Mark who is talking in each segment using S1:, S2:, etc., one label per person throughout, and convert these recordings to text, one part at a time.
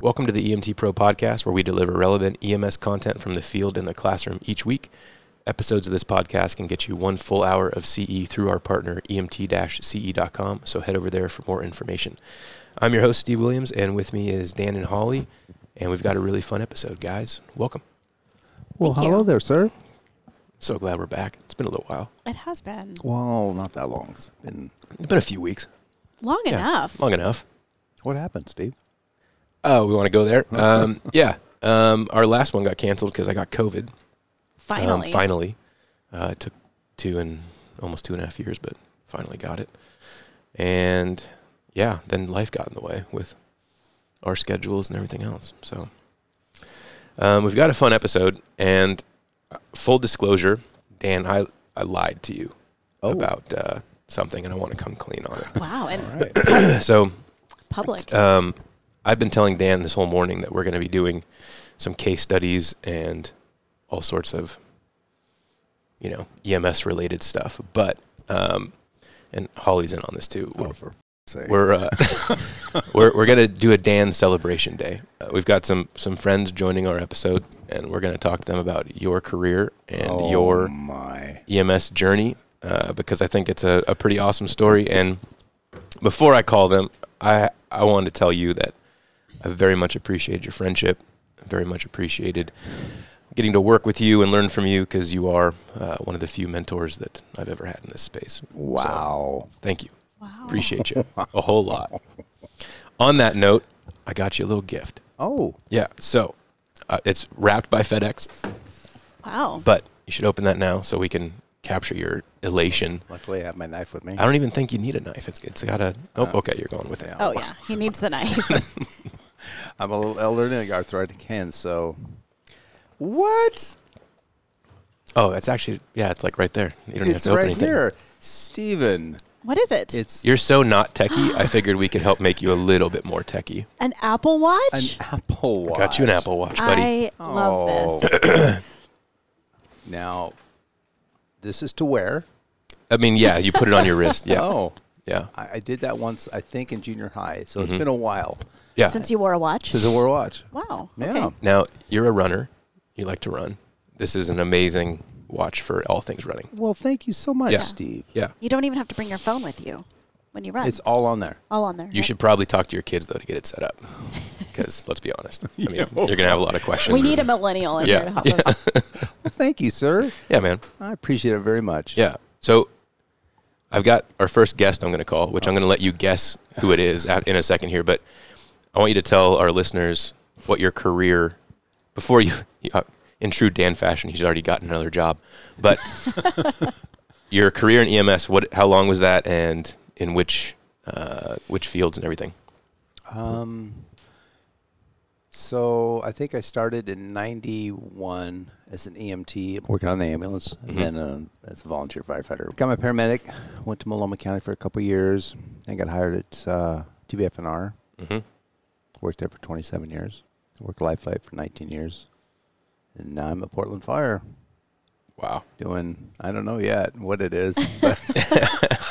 S1: Welcome to the EMT Pro podcast, where we deliver relevant EMS content from the field and the classroom each week. Episodes of this podcast can get you one full hour of CE through our partner, E emt-ce.com, so head over there for more information. I'm your host, Steve Williams, and with me is Dan and Holly, and we've got a really fun episode, guys. Welcome.
S2: Well,
S3: Thank you.
S2: hello there, sir.
S1: So glad we're back. It's been a little while.
S3: It has been
S2: Well, not that long. It's been-
S1: It's been a few weeks.
S3: long
S1: Yeah. Oh, um,
S3: enough.
S1: Long enough.
S2: what happened, Steve?
S1: Oh, we want to go there. Um, yeah. Um, our last one got canceled because I got COVID.
S3: Finally.
S1: Um, finally. Uh, it took two and almost two and a half years, but finally got it. And yeah, then life got in the way with our schedules and everything else. So um, we've got a fun episode. And uh, full disclosure, Dan, I, I lied to you
S2: Oh.
S1: about uh, something, and I want to come clean on
S3: Wow, and
S2: All right.
S1: it. so
S3: public.
S1: um, I've been telling Dan this whole morning that we're going to be doing some case studies and all sorts of, you know, EMS related stuff. But, um, and Holly's in on this too. We're,
S2: oh, for f- sake.
S1: we're, uh, we're, we're going to do a Dan celebration day. Uh, we've got some, some friends joining our episode and we're going to talk to them about your career and
S2: oh,
S1: your
S2: my.
S1: EMS E journey uh, because I think it's a, a pretty awesome story. And before I call them, I I wanted to tell you that I very much appreciate your friendship. Very much appreciated getting to work with you and learn from you because you are uh, one of the few mentors that I've ever had in this space.
S2: Wow.
S1: Thank you.
S3: wow.
S1: Appreciate you a whole lot. On that note, I got you a little gift.
S2: oh,
S1: Yeah. So uh, it's wrapped by FedEx,
S3: Wow.
S1: but you should open that now so we can capture your elation
S2: luckily I have my knife with me.
S1: I don't even think you need a knife. It's it's got a. Oh,
S2: Uh.
S1: okay, you're going with it.
S2: Yeah.
S3: oh yeah, he needs the knife.
S2: I'm a little elderly and I got arthritic hands, so. What?
S1: Oh, it's actually yeah, it's like right there. You don't even have
S2: It's
S1: to open
S2: right
S1: anything.
S2: here. Steven.
S3: what is it?
S2: It's
S1: You're so not techie. I figured we could help make you a little bit more techie.
S3: an Apple Watch.
S2: an Apple Watch.
S1: Got you an Apple Watch, buddy. Oh.
S3: I love this.
S2: now, this is to wear.
S1: I mean, yeah, you put it on your wrist. Yeah,
S2: Oh.
S1: yeah,
S2: I, I did that once, I think, in junior high, so
S1: Mm-hmm.
S2: it's been a while
S1: yeah.
S3: Since you wore a watch.
S2: since I wore a watch.
S3: Wow.
S2: Yeah.
S3: Okay.
S1: now you're a runner. You like to run. This is an amazing watch for all things running.
S2: Well, thank you so much,
S1: Yeah.
S2: Steve.
S1: Yeah,
S3: You don't even have to bring your phone with you when you run.
S2: It's all on there.
S3: all on there.
S1: you should probably talk to your kids though to get it set up. Because let's be honest, I mean,
S2: Yeah.
S1: you're gonna have a lot of questions.
S3: We need a millennial in
S1: Yeah.
S3: here to help
S1: Yeah.
S3: us.
S2: Thank you, sir.
S1: yeah, man.
S2: I appreciate it very much.
S1: Yeah. So I've got our first guest I'm going to call, which I'm going to let you guess who it is at, in a second here. But I want you to tell our listeners what your career, before you, you- uh, in true Dan fashion, he's already gotten another job. But your career in EMS, what, how long was that, and in which, uh, which fields and everything?
S2: Um, so I think I started in '91 as an EMT, working on the ambulance,
S1: Mm-hmm.
S2: and then um as a volunteer firefighter. Got my paramedic. Went to Maloma County for a couple years, and got hired at uh, TBFNR.
S1: Mm-hmm.
S2: Worked there for 27 years. Worked Lifelight for 19 years, and now I'm at Portland Fire.
S1: Wow.
S2: Doing I don't know yet what it is, but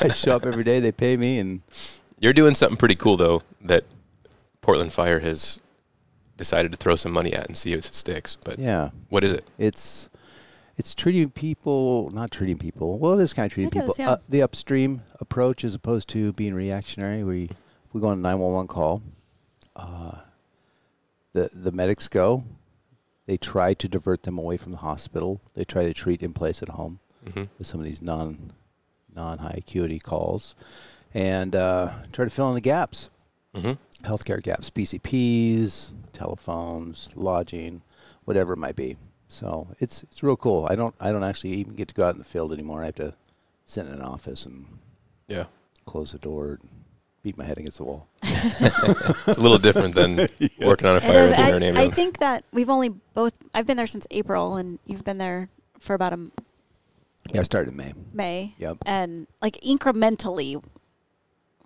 S2: I show up every day. They pay me, and
S1: You're doing something pretty cool, though, that Portland Fire has decided to throw some money at and see if it sticks. But
S2: yeah.
S1: what is it?
S2: It's it's treating people, not treating people. Well, it is kind of treating
S3: It is,
S2: people.
S3: yeah.
S2: uh, the upstream approach, as opposed to being reactionary. We we go on a nine one one call. Uh, the the medics go. They try to divert them away from the hospital. They try to treat in place at home
S1: Mm-hmm.
S2: with some of these non non high acuity calls, and uh, try to fill in the gaps
S1: Mm-hmm.
S2: healthcare gaps, PCPs, telephones, lodging, whatever it might be. So it's it's real cool. I don't I don't actually even get to go out in the field anymore. I have to sit in an office and
S1: Yeah.
S2: close the door and beat my head against the wall.
S1: It's a little different than working on a
S3: It
S1: fire
S3: is.
S1: engine or an
S3: I, I
S1: ambulance.
S3: think that we've only both. I've been there since April, and you've been there for about a m-
S2: Yeah, I started in May.
S3: May.
S2: Yep.
S3: and like incrementally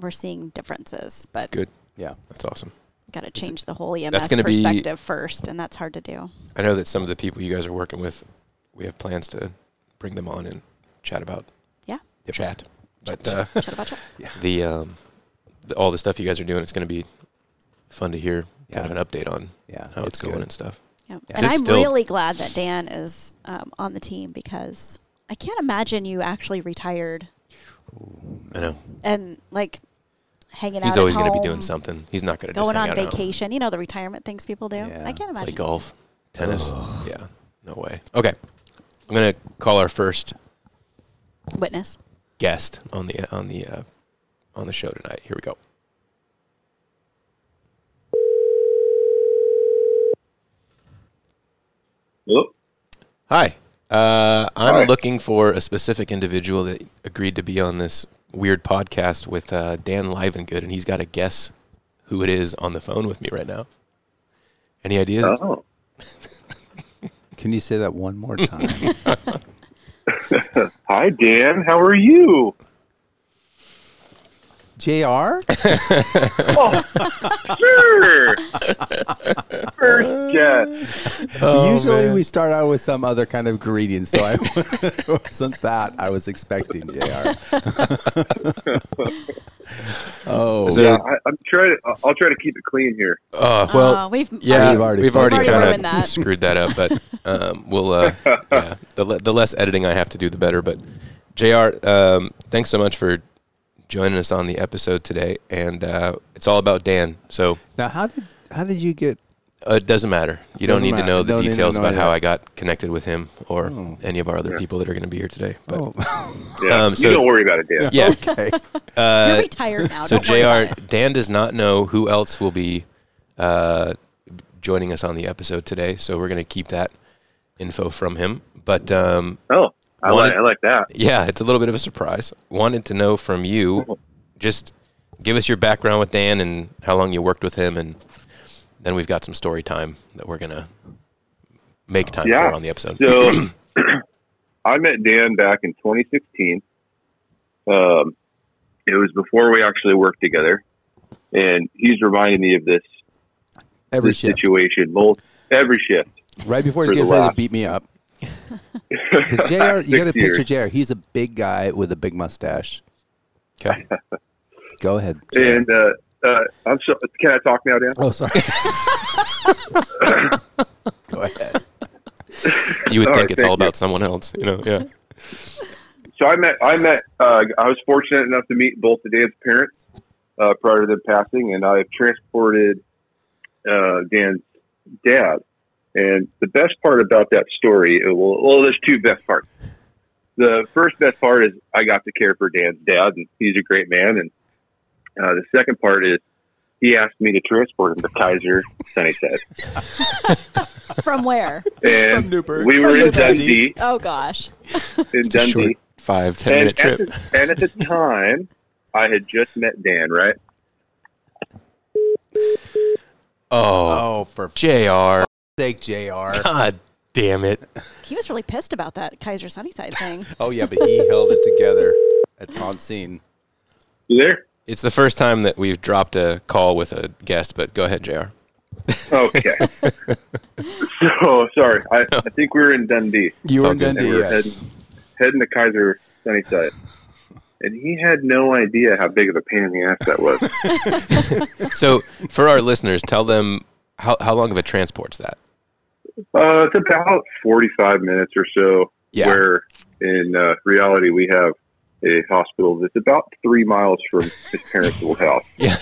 S3: we're seeing differences but
S1: Good.
S2: Yeah.
S1: That's awesome.
S3: got to change the whole ems
S1: gonna be-
S3: perspective first and that's hard to do
S1: I know that some of the people you guys are working with, we have plans to bring them on and chat about.
S3: Yeah.
S1: Chat. But uh,
S3: Shut up, shut up.
S1: the, um, the all the stuff you guys are doing, it's going to be fun to hear kind of an update on
S2: Yeah,
S1: how it's,
S2: it's
S1: going
S2: good.
S1: and stuff.
S3: Yeah.
S2: Yeah.
S3: And
S1: Is it
S3: I'm
S1: still-
S3: really glad that Dan is um, on the team because I can't imagine you actually retired
S1: I know
S3: and like hanging out.
S1: he's always
S3: going to
S1: be doing something. He's not going to just
S3: Going
S1: hang
S3: on
S1: out at home.
S3: vacation, you know the retirement things people do.
S2: Yeah.
S3: I can't
S1: play
S3: imagine.
S1: golf, tennis. Yeah, no way. Okay, I'm gonna call our first
S3: Witness.
S1: guest on the on the uh, on the show tonight. Here we go.
S4: Hello?
S1: Hi, uh, I'm
S4: Hi.
S1: looking for a specific individual that agreed to be on this weird podcast with uh, Dan Livengood, and he's got to guess who it is on the phone with me right now. Any ideas?
S4: Oh,
S2: Can you say that one more time?
S4: hi, Dan. How are you?
S2: Jr.
S4: Sure. First guest.
S1: Oh,
S2: Usually we start out with some other kind of greeting, so I wasn't that I was expecting, Jr. oh,
S1: So-
S4: Yeah, I, I'm trying. To, I'll- I'll try to keep it clean here.
S1: Uh, well,
S3: Uh, we've
S1: Yeah,
S2: We've
S1: we've
S2: already
S1: already,
S3: fucked up. Already
S1: kind
S3: ruined that.
S1: of screwed that up, but um, we'll uh, yeah. The le- the less editing I have to do, the better. But Jr., um, thanks so much for joining us on the episode today, and uh, it's all about Dan. So
S2: now how did how did you get?
S1: uh, it doesn't matter. You don't
S2: Doesn't
S1: need
S2: matter.
S1: to know the
S2: Don't need to
S1: details
S2: know
S1: about how
S2: that.
S1: I got connected with him or any of our other people that are going to be here today. But
S2: Oh,
S4: Yeah.
S1: Um, so-
S4: you don't worry about it, Dan.
S1: yeah,
S2: okay.
S3: you're retired now.
S1: Uh, so
S3: don't worry about
S1: Jr. Dan does not know who else will be uh, joining us on the episode today, so we're going to keep that info from him. But um,
S4: Oh, I
S1: Wanted-
S4: like. I like that.
S1: Yeah, it's a little bit of a surprise. Wanted to know from you, just give us your background with Dan and how long you worked with him, and then we've got some story time that we're gonna make time
S4: Yeah.
S1: for on the episode.
S4: So I met Dan back in 2016. Um, it was before we actually worked together, and he's reminding me of this,
S2: Every
S4: this
S2: shift,
S4: situation. Mul- every shift.
S2: right before
S4: for
S2: you
S4: the
S2: get ready to
S4: last-
S2: beat me up, because Jr. You got to
S4: Six years.
S2: picture Jr. He's a big guy with a big mustache.
S1: Okay.
S2: Go ahead. JR.
S4: And uh, uh, I'm so. Can I talk now, Dan?
S2: oh, sorry. Go ahead.
S1: You would
S4: All
S1: think
S4: right,
S1: it's all
S4: thank you.
S1: about someone else, you know? Yeah.
S4: so I met I met uh, I was fortunate enough to meet both of Dan's parents uh, prior to them passing, and I've transported uh, Dan's dad. And the best part about that story, uh, well, well, there's two best parts. The first best part is I got to care for Dan's dad, and he's a great man. And uh, the second part is he asked me to transport him to Kaiser Sunnyside,
S3: it. From where?
S4: and
S2: Newburgh.
S4: we were
S2: From
S4: in
S2: Dundee.
S4: Dundee.
S3: Oh gosh.
S4: In
S1: It's a short
S4: Dundee,
S1: five, ten minute
S4: at
S1: trip.
S4: the- and at the time, I had just met Dan, right?
S1: Oh,
S2: Oh, for f-
S1: JR.
S2: sake, Jr.
S1: God damn it.
S3: He was really pissed about that Kaiser Sunnyside thing.
S2: Oh yeah, but he held it together at on scene.
S4: You there?
S1: It's the first time that we've dropped a call with a guest, but go ahead, JR.
S4: Okay. so sorry. I, I think we were in Dundee.
S2: You
S1: were
S2: were
S1: all in
S2: in
S1: good.
S4: And we
S2: Dundee.
S4: were heading, heading to Kaiser Sunnyside. And he had no idea how big of a pain in the ass that was.
S1: So for our listeners, tell them how, how long of a transport's that?
S4: uh, it's about 45 minutes or so,
S1: Yeah.
S4: where in uh, reality we have a hospital that's about three miles from his parents' old house.
S1: Yeah.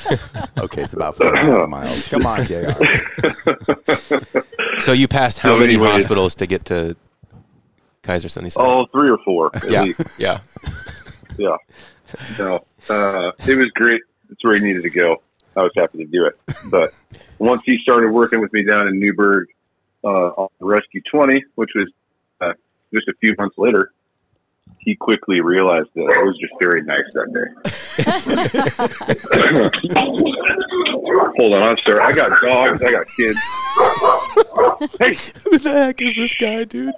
S2: Okay, it's about four and a half miles. Come on, Jr.
S1: So you passed how
S4: So
S1: many
S4: anyways-
S1: hospitals to get to Kaiser Sunnyside?
S4: Oh, three or four. At
S1: yeah,
S4: Least.
S1: yeah.
S4: Yeah. No. Uh, it was great. That's where he needed to go. I was happy to do it. But once he started working with me down in Newburgh uh, on Rescue 20, which was uh, just a few months later, he quickly realized that I was just very nice that day. Hold on, I'm sorry. I got dogs. I got kids.
S1: Who the heck is this guy, dude?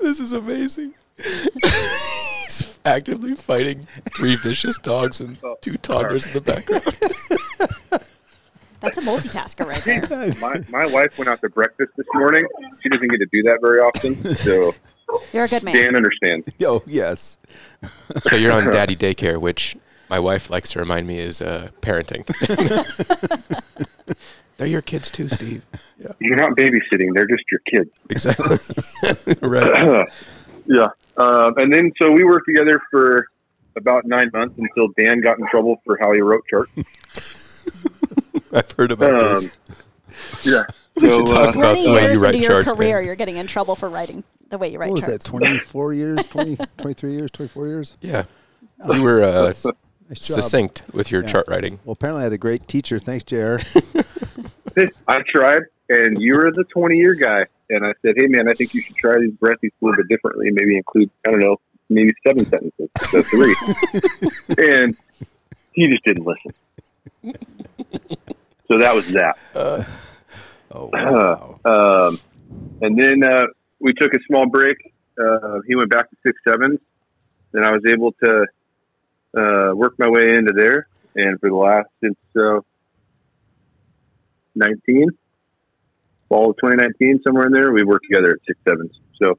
S1: This is amazing. He's actively fighting three vicious dogs and
S4: Oh,
S1: two toddlers in the background.
S3: That's a multitasker right there.
S4: My, my wife went out to breakfast this morning. She doesn't get to do that very often. So
S3: You're a good man.
S4: Dan understands.
S2: Oh yes.
S1: So you're on daddy daycare, which my wife likes to remind me is uh, parenting.
S5: They're your kids too, Steve. Yeah,
S4: You're not babysitting; they're just your kids.
S5: exactly. right.
S4: yeah. Um, and then so we worked together for about nine months until Dan got in trouble for how he wrote charts.
S1: I've heard about
S4: Um,
S1: this.
S4: yeah.
S5: We should
S4: So,
S5: talk about
S4: uh,
S1: About
S3: Many
S1: the way
S3: years
S1: you write
S3: into your
S1: charts,
S3: career,
S1: man.
S3: you're getting in trouble for writing the way you write
S2: What was that?
S3: charts.
S2: 24 years? 20, 23 years? 24 years?
S1: Yeah. You were uh,
S2: Nice job.
S1: succinct with your
S2: Yeah.
S1: chart writing.
S2: Well, apparently I had a great teacher. Thanks, JR.
S4: I tried, and you were the 20 year guy. And I said, hey, man, I think you should try these breathies a little bit differently. Maybe include, I don't know, maybe seven sentences, so three. and he just didn't listen. So that was that.
S2: Oh, wow.
S4: Um, and then uh, we took a small break. Uh, he went back to six sevens. Then I was able to uh, work my way into there. And for the last since uh, 19, fall of 2019, somewhere in there, we worked together at six sevens. So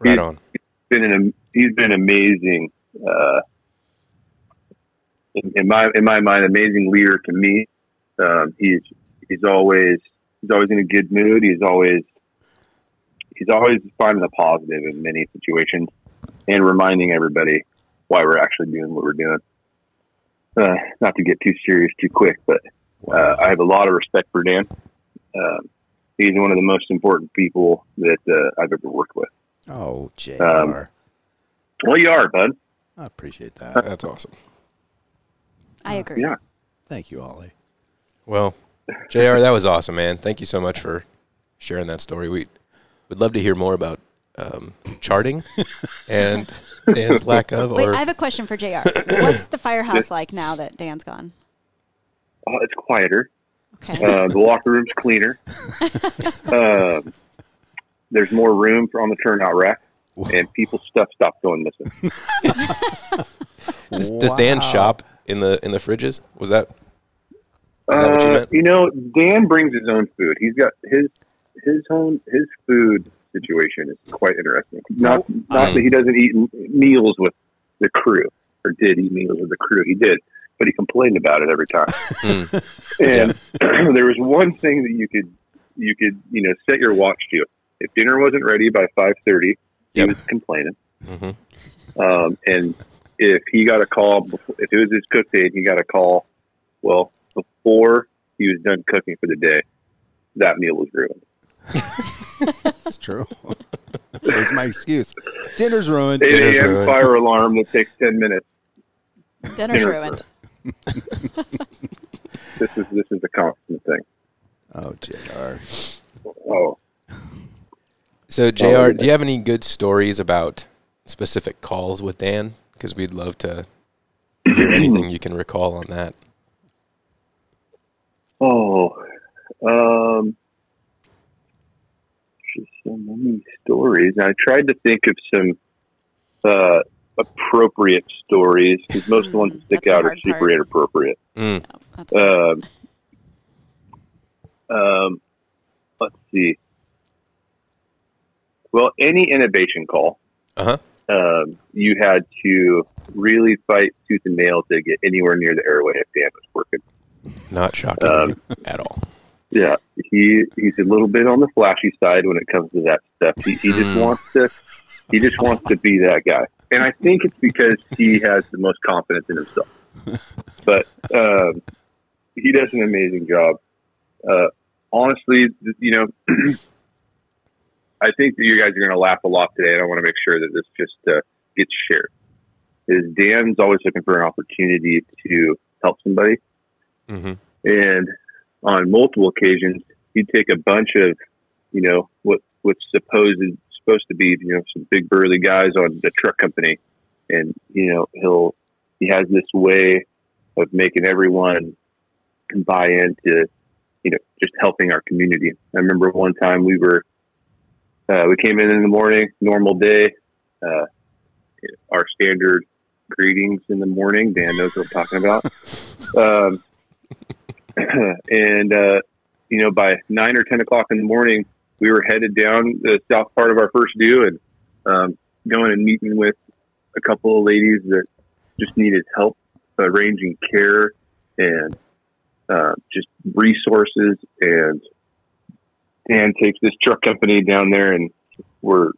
S1: Right
S4: Yeah.
S1: on.
S4: been an am- he's been amazing. Uh, in, in my in my mind, amazing leader to me. Um, he's he's always he's always in a good mood. He's always he's always finding the positive in many situations and reminding everybody why we're actually doing what we're doing. Uh, not to get too serious too quick, but uh, I have a lot of respect for Dan. Um, he's one of the most important people that uh, I've ever worked with.
S2: Oh, JR.
S4: Well, you are, bud.
S2: I appreciate that.
S5: That's awesome.
S3: I agree.
S4: yeah.
S2: Thank you, Ollie.
S1: Well, JR, that was awesome, man. Thank you so much for sharing that story. We would love to hear more about um, charting and Dan's lack of
S3: Wait,
S1: or
S3: I have a question for JR. What's the firehouse like now that Dan's gone?
S4: Uh, it's quieter.
S3: Okay.
S4: Uh, the locker room's cleaner. um, there's more room for on the turnout rack, and people's stuff stopped going missing.
S1: does, does Dan shop in the in the fridges? Was that Is that what you
S4: Uh,
S1: meant?
S4: you know, Dan brings his own food. He's got his his own his food situation is quite interesting. Not not
S1: Mm.
S4: that he doesn't eat m- meals with the crew or did eat meals with the crew. He did, but he complained about it every time.
S1: Hmm.
S4: and there was one thing that you could you could you know set your watch to. If dinner wasn't ready by five thirty, he
S1: Yep.
S4: was complaining.
S1: Mhm.
S4: Um, and if he got a call, before, if it was his cook day, and he got a call. Well, before he was done cooking for the day, that meal was ruined.
S2: It's true. That's my excuse. Dinner's ruined.
S4: 8
S1: Dinner's
S4: a.m.
S1: ruined.
S4: fire alarm that takes 10 minutes.
S3: Dinner's
S4: dinner
S3: ruined.
S4: This is this is a constant thing.
S2: Oh, JR.
S4: Oh,
S1: so? Jr,
S4: Oh,
S1: do you have any good stories about specific calls with Dan? Because we'd love to hear anything you can recall on that.
S4: oh, um, just so many stories. And I tried to think of some uh, appropriate stories because most of the ones that
S3: That's
S4: stick
S3: the
S4: out are
S3: hard
S4: super
S3: part.
S4: inappropriate.
S1: Mm.
S3: That's
S4: Um, um, let's see. Well, any innovation call,
S1: Uh huh.
S4: um, you had to really fight tooth and nail to get anywhere near the airway if Dan was working.
S1: Not shocking
S4: Um,
S1: at all.
S4: Yeah, he he's a little bit on the flashy side when it comes to that stuff. He, he just
S1: Mm.
S4: wants to he just wants to be that guy, and I think it's because he has the most confidence in himself. But um, he does an amazing job. Uh, honestly, th- you know, I think that you guys are going to laugh a lot today, and I want to make sure that this just uh, gets shared. Is Dan's always looking for an opportunity to help somebody?
S1: hmm
S4: and on multiple occasions he'd take a bunch of you know what what's supposed supposed to be you know some big burly guys on the truck company and you know he'll he has this way of making everyone buy into you know just helping our community i remember one time we were uh, we came in in the morning normal day uh, our standard greetings in the morning dan knows what i'm talking about um, and uh, you know by nine or ten o'clock in the morning we were headed down the south part of our first due and um, going and meeting with a couple of ladies that just needed help arranging care and uh, just resources. And Dan takes this truck company down there, and we're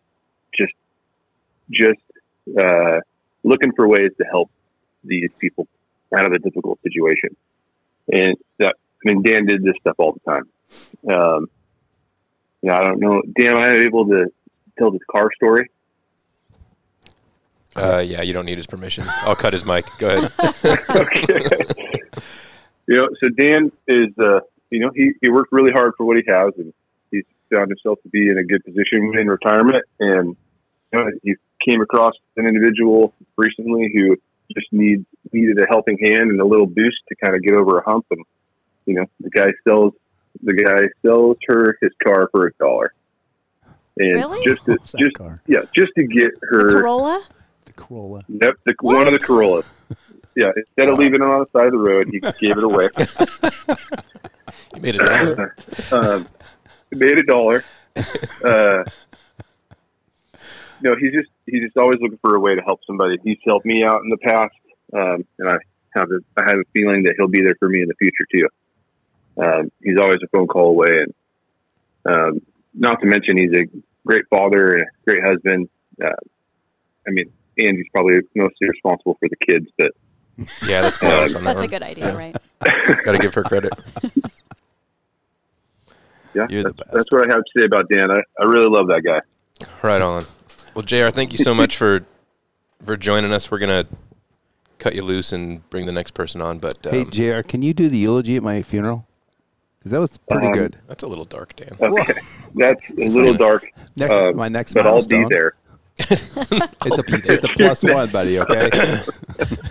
S4: just just uh, looking for ways to help these people out of a difficult situation. And that, I mean, Dan did this stuff all the time. Um, yeah, I don't know. Dan, am I able to tell this car story?
S1: Uh, yeah, you don't need his permission. I'll cut his mic. Go ahead.
S4: you know, so Dan is, uh, you know, he, he worked really hard for what he has, and he's found himself to be in a good position in retirement. And you know, he came across an individual recently who just need needed a helping hand and a little boost to kind of get over a hump. And you know, the guy sells the guy sells her his car for a dollar, and
S3: Really?
S4: just to,
S2: What's Oh, that
S4: just
S2: car?
S4: yeah, just to get
S3: The
S4: her
S3: Corolla?
S6: The Corolla.
S4: Yep, the, one of the
S3: What?
S4: Corollas. Yeah, instead of leaving it on the side of the road, he gave it away.
S1: You made a dollar.
S4: um, made a dollar. Uh, no, he's just he's just always looking for a way to help somebody. He's helped me out in the past, um, and I have a, I have a feeling that he'll be there for me in the future too. Um, he's always a phone call away, and um, not to mention he's a great father and a great husband. Uh, I mean, Andy's probably mostly responsible for the kids, but
S1: Yeah, that's close on that
S3: That's a
S1: one.
S3: good idea, right?
S1: Got to give her credit.
S4: Yeah,
S1: You're the
S4: that's, that's what I have to say about Dan. I, I really love that guy.
S1: Right on. Well, Jr., thank you so much for for joining us. We're gonna cut you loose and bring the next person on, but um,
S2: Hey, JR, can you do the eulogy at my funeral? Because that was pretty
S4: Um,
S2: good.
S1: that's a little dark, Dan.
S4: Okay, that's a little dark.
S2: Next,
S4: uh,
S2: my next
S4: but I'll be
S2: milestone.
S4: there.
S2: It's a it's a plus one, buddy. Okay.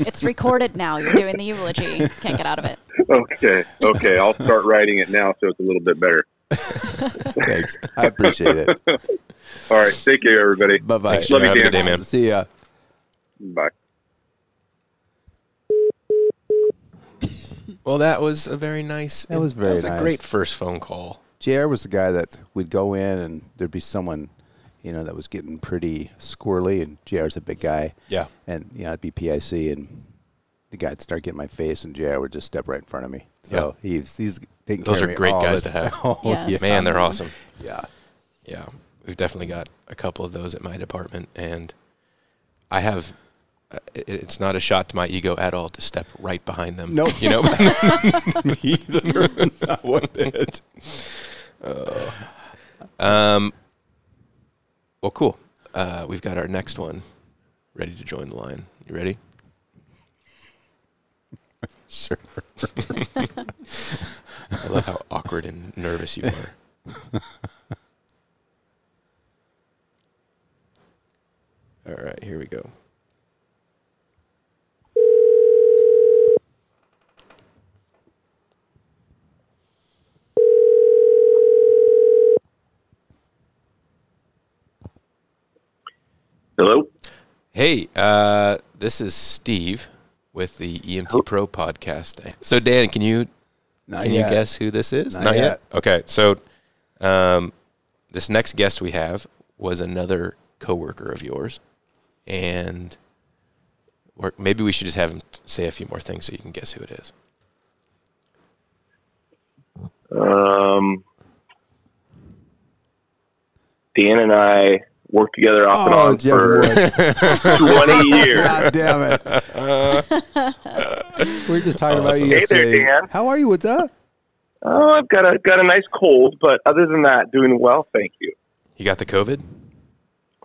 S3: It's recorded now. You're doing the eulogy. Can't get out of it.
S4: Okay, okay, I'll start writing it now, so it's a little bit better.
S2: Thanks. I appreciate it.
S4: All right, take care, everybody.
S2: Bye bye.
S1: Thanks,
S4: love
S1: Jr.
S4: you,
S1: Have a good day,
S4: Dan.
S1: man.
S2: See ya.
S4: Bye.
S1: Well, that was a very nice.
S2: That was very
S1: That was a
S2: nice.
S1: great first phone call.
S2: JR was the guy that would go in and there'd be someone, you know, that was getting pretty squirrely, and JR's a big guy.
S1: Yeah.
S2: And you know, I'd be PIC, and the guy'd start getting my face, and JR would just step right in front of me. So he's he's taking
S1: Those
S2: care
S1: are
S2: of me
S1: great
S2: all
S1: guys
S2: the
S1: to have.
S2: time. Oh,
S3: Yes.
S2: yeah,
S3: Yes.
S1: Man, they're awesome.
S2: yeah.
S1: Yeah, we've definitely got a couple of those at my department, and I have. uh, it- It's not a shot to my ego at all to step right behind them.
S2: Nope.
S1: you know,
S2: Either.
S1: not one bit. Oh. Um. Well, cool. Uh, we've got our next one ready to join the line. You ready?
S2: sure.
S1: I love how awkward and nervous you are. All right, here we go.
S4: Hello.
S1: Hey, uh, this is Steve with the EMT Pro podcast. So, Dan, can you
S2: Not
S1: can
S2: yet.
S1: you guess who this is?
S2: Not
S1: Okay, so um, this next guest we have was another coworker of yours, and or maybe we should just have him t- say a few more things so you can guess who it is.
S4: Um, Dan and I worked together off and
S2: Oh,
S4: on
S2: Jeff
S4: for
S2: Woods.
S4: twenty years.
S2: God damn it. we were just talking about
S1: Awesome.
S2: you
S4: Oh, Hey there,
S2: yesterday.
S4: Dan.
S2: How are you? What's up?
S4: Oh, I've got a got a nice cold, but other than that, doing well. Thank you.
S1: You got the COVID?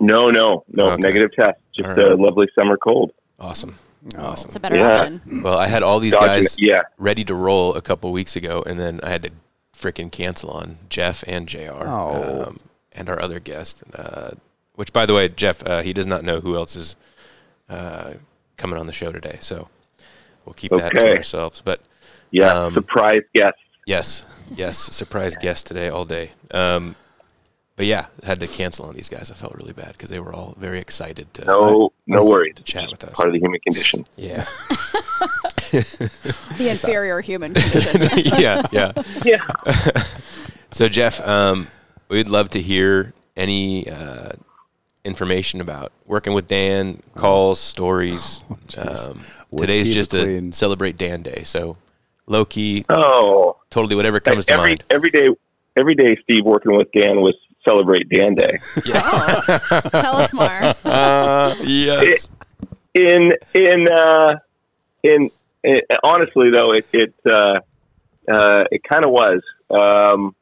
S4: No, no, no.
S1: Okay.
S4: Negative test. Just
S1: All
S4: a
S1: right.
S4: lovely summer cold.
S1: Awesome,
S3: It's
S1: awesome.
S3: a better
S4: Yeah.
S3: option.
S1: Well, I had all these
S4: Document-
S1: guys
S4: yeah.
S1: ready to roll a couple weeks ago, and then I had to freaking cancel on Jeff and Jr.
S2: Oh.
S1: Um, and our other guest, uh, which by the way, Jeff, uh, he does not know who else is uh, coming on the show today, so we'll keep that to
S4: Okay.
S1: ourselves. But
S4: Yeah.
S1: Um,
S4: surprise guest.
S1: yes, yes, surprise guest today all day. Um, but yeah, had to cancel on these guys. I felt really bad because they were all very excited to
S4: No, no worries.
S1: to chat with us.
S4: Part of the human condition.
S1: Yeah,
S3: The inferior human condition.
S1: yeah, yeah.
S4: Yeah.
S1: So Jeff, um, we'd love to hear any uh, information about working with Dan, calls, stories.
S2: Oh, jeez.
S1: um,
S2: Whiskey
S1: today's
S2: the
S1: just a
S2: Queen.
S1: celebrate Dan Day, so low key,
S4: Oh,
S1: totally whatever comes to
S4: every
S1: mind.
S4: every day, every day, Steve working with Dan was celebrate Dan Day.
S3: Tell us more.
S1: Uh, yes.
S4: in in uh, in it, honestly though it it uh, uh, it kind of was. Um,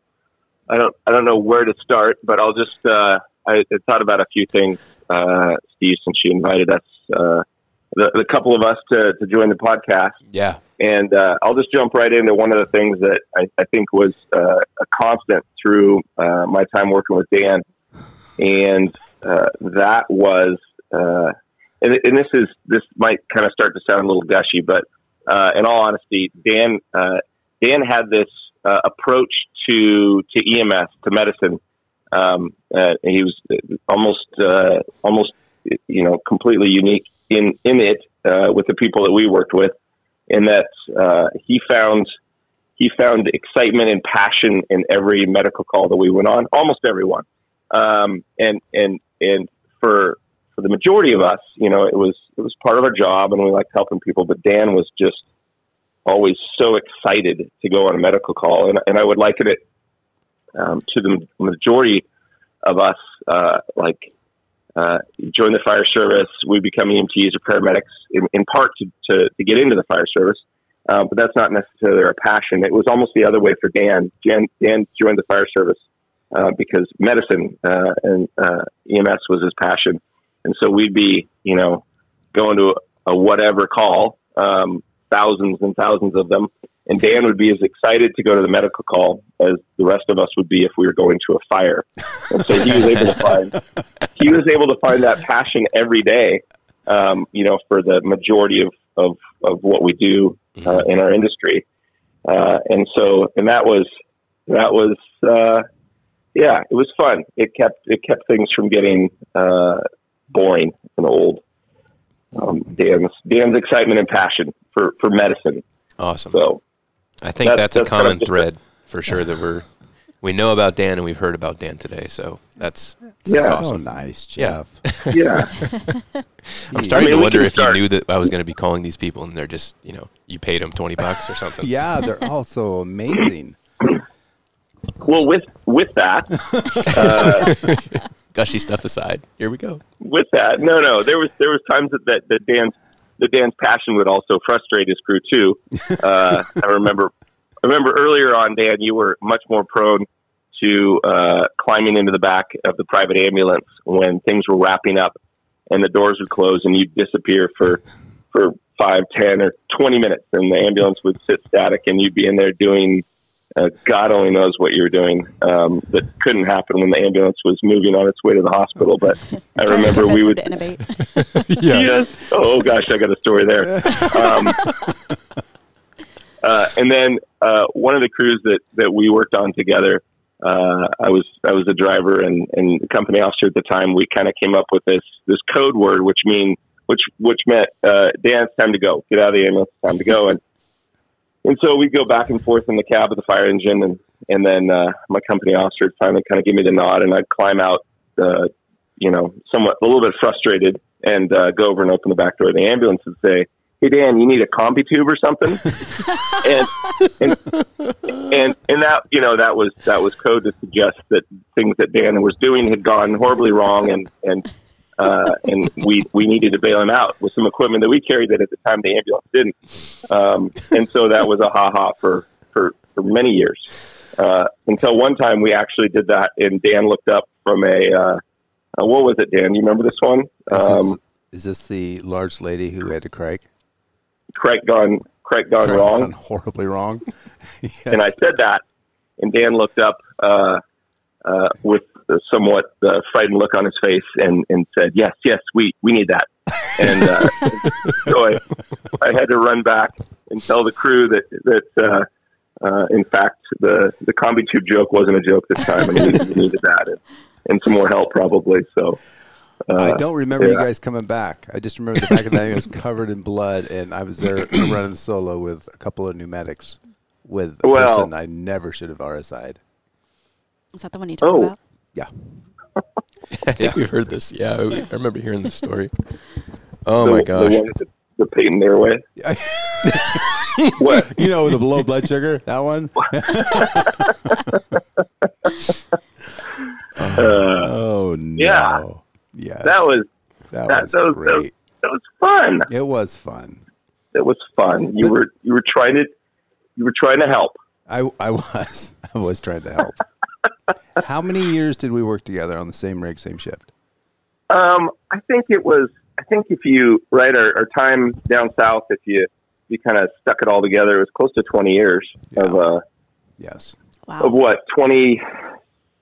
S4: I don't I don't know where to start, but I'll just uh, I, I thought about a few things, uh, Steve, since you invited us uh, the, the couple of us to, to join the podcast,
S1: Yeah.
S4: and uh, I'll just jump right into one of the things that I, I think was uh, a constant through uh, my time working with Dan, and uh, that was, uh, and, and this is this might kind of start to sound a little gushy, but uh, in all honesty, Dan uh, Dan had this uh, approach to to EMS to medicine. Um, uh, he was almost uh, almost you know completely unique in in it uh, with the people that we worked with in that uh, he found he found excitement and passion in every medical call that we went on, almost everyone. Um, and and and for for the majority of us, you know, it was it was part of our job, and we liked helping people. But Dan was just always so excited to go on a medical call, and and I would liken it um, to the majority of us, uh, like uh, join the fire service. We become EMTs or paramedics in, in part to, to, to get into the fire service, uh, but that's not necessarily our passion. It was almost the other way for Dan. Dan, Dan joined the fire service uh, because medicine uh, and uh, EMS was his passion, and so we'd be you know going to a whatever call, um, thousands and thousands of them. And Dan would be as excited to go to the medical call as the rest of us would be if we were going to a fire. And so he was able to find he was able to find that passion every day, um, you know, for the majority of, of, of what we do uh, in our industry. Uh, and so, and that was, that was, uh, yeah, it was fun. It kept, it kept things from getting, uh, boring and old. Um, Dan's, Dan's excitement and passion for, for medicine.
S1: Awesome.
S4: So
S1: I think
S4: That-
S1: that's,
S4: that's
S1: a
S4: kind of
S1: common
S4: just a-
S1: thread for sure that we're we know about Dan and we've heard about Dan today. So that's
S4: Yeah.
S2: So
S1: awesome.
S2: nice,
S1: Yeah.
S2: Jeff.
S4: yeah,
S1: I'm starting
S4: I mean,
S1: to
S4: we
S1: wonder
S4: can
S1: if
S4: start.
S1: you knew that I was going to be calling these people and they're just you know you paid them twenty bucks or something.
S2: Yeah, they're all so amazing.
S4: well, with, with that,
S1: Gushy stuff aside, here we go.
S4: with that. No, no, there was there was times that that, that Dan's that Dan's passion would also frustrate his crew too. Uh, I remember I remember earlier on, Dan, you were much more prone to uh, climbing into the back of the private ambulance when things were wrapping up and the doors would close and you'd disappear for for five, ten, or twenty minutes, and the ambulance would sit static and you'd be in there doing. Uh, God only knows what you were doing. Um, that couldn't happen when the ambulance was moving on its way to the hospital. But
S3: Trying
S4: I
S3: to
S4: remember we
S3: convince
S4: would
S3: him to innovate.
S4: Yes. Oh gosh, I got a story there. Um, uh, and then uh, one of the crews that, that we worked on together, uh, I was I was a driver and, and the company officer at the time. We kind of came up with this this code word, which mean which which meant uh, Dan, it's time to go. Get out of the ambulance. It's time to go. And and so we go back and forth in the cab of the fire engine, and and then uh, my company officer would finally kind of give me the nod, and I'd climb out uh, you know, somewhat a little bit frustrated and uh, go over and open the back door of the ambulance and say, "Hey Dan, you need a combi tube or something?" and, and and and that you know that was that was code to suggest that things that Dan was doing had gone horribly wrong and and uh, and we we needed to bail him out with some equipment that we carried that at the time the ambulance didn't. Um, and so that was a ha ha for, for, for many years. Uh, until one time we actually did that, and Dan looked up from a, uh, uh, what was it, Dan? You remember this one?
S2: Is,
S4: Um,
S2: this, is this the large lady who had a crack?
S4: correct gone, correct gone
S2: crack
S4: Uh, wrong.
S2: gone horribly wrong. yes.
S4: And I said that, and Dan looked up uh, uh, with a somewhat uh, frightened look on his face and, and said, "Yes, yes, we we need that." And uh, so I, I had to run back and tell the crew that that uh, uh, in fact the the combi tube joke wasn't a joke this time, and we we needed that and, and some more help probably. So
S2: I don't remember you
S4: yeah.
S2: guys coming back. I just remember the back of the ambulance covered in blood, and I was there running solo with a couple of pneumatics with a
S4: Well-
S2: person I never should have RSI'd.
S3: Is that the one you talked
S4: Oh.
S3: about?
S2: Yeah.
S1: I think we've heard this. Yeah, I I remember hearing this story. Oh
S4: the,
S1: my
S4: the
S1: gosh.
S4: one with the, the Peyton Airway. What?
S2: you know, with the low blood sugar, that one.
S4: Uh,
S2: Oh no!
S4: Yeah.
S2: Yes.
S4: that was
S2: that
S4: that-
S2: was
S4: that was- that was-
S2: great.
S4: that was fun.
S2: it was fun.
S4: It was fun. You were you were trying to you were trying to help.
S2: I I was I was trying to help. How many years did we work together on the same rig, same shift?
S4: Um, I think it was. I think if you right our, our time down south, if you you kind of stuck it all together, it was close to twenty years of uh,
S2: Yes.
S3: Wow.
S4: of what twenty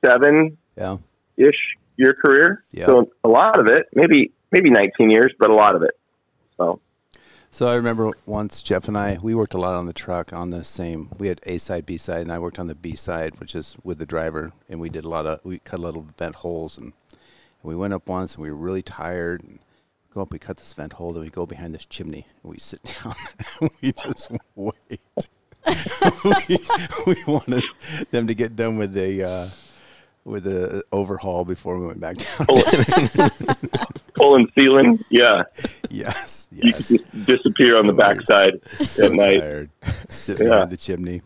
S4: seven
S2: Yeah.
S4: ish your career.
S2: Yeah.
S4: So a lot of it, maybe maybe nineteen years, but a lot of it. So
S2: So I remember once Jeff and I we worked a lot on the truck on the same. We had A side, B side, and I worked on the B side, which is with the driver. And we did a lot of we cut little vent holes, and, we went up once, and we were really tired. And go up, we cut this vent hole, and we go behind this chimney, and we sit down, and we just wait. we, we wanted them to get done with the uh, with the overhaul before we went back down.
S4: Oh. pulling ceiling, yeah,
S2: yes,
S4: you
S2: yes.
S4: could just disappear on the
S2: We were
S4: backside
S2: so
S4: at night.
S2: tired, sit
S4: Yeah.
S2: behind the chimney.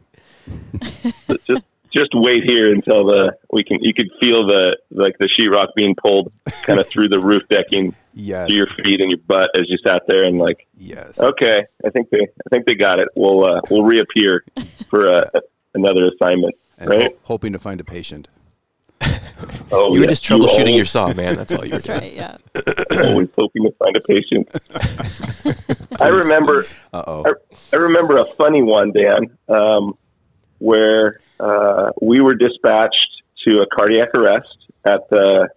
S4: just just wait here until the we can you could feel the like the sheetrock being pulled kind of through the roof decking
S2: Yes.
S4: to your feet and your butt as you sat there and like
S2: Yes.
S4: okay I think they I think they got it we'll uh, we'll reappear for uh, another assignment
S2: And
S4: right
S2: ho- hoping to find a patient.
S4: oh
S1: you were
S4: yeah,
S1: just troubleshooting
S4: always-
S1: your saw, man. That's all you were
S3: That's
S1: doing.
S3: right. Yeah.
S4: always hoping to find a patient I remember
S2: Uh oh.
S4: I, I remember a funny one, Dan, um, where uh, we were dispatched to a cardiac arrest at the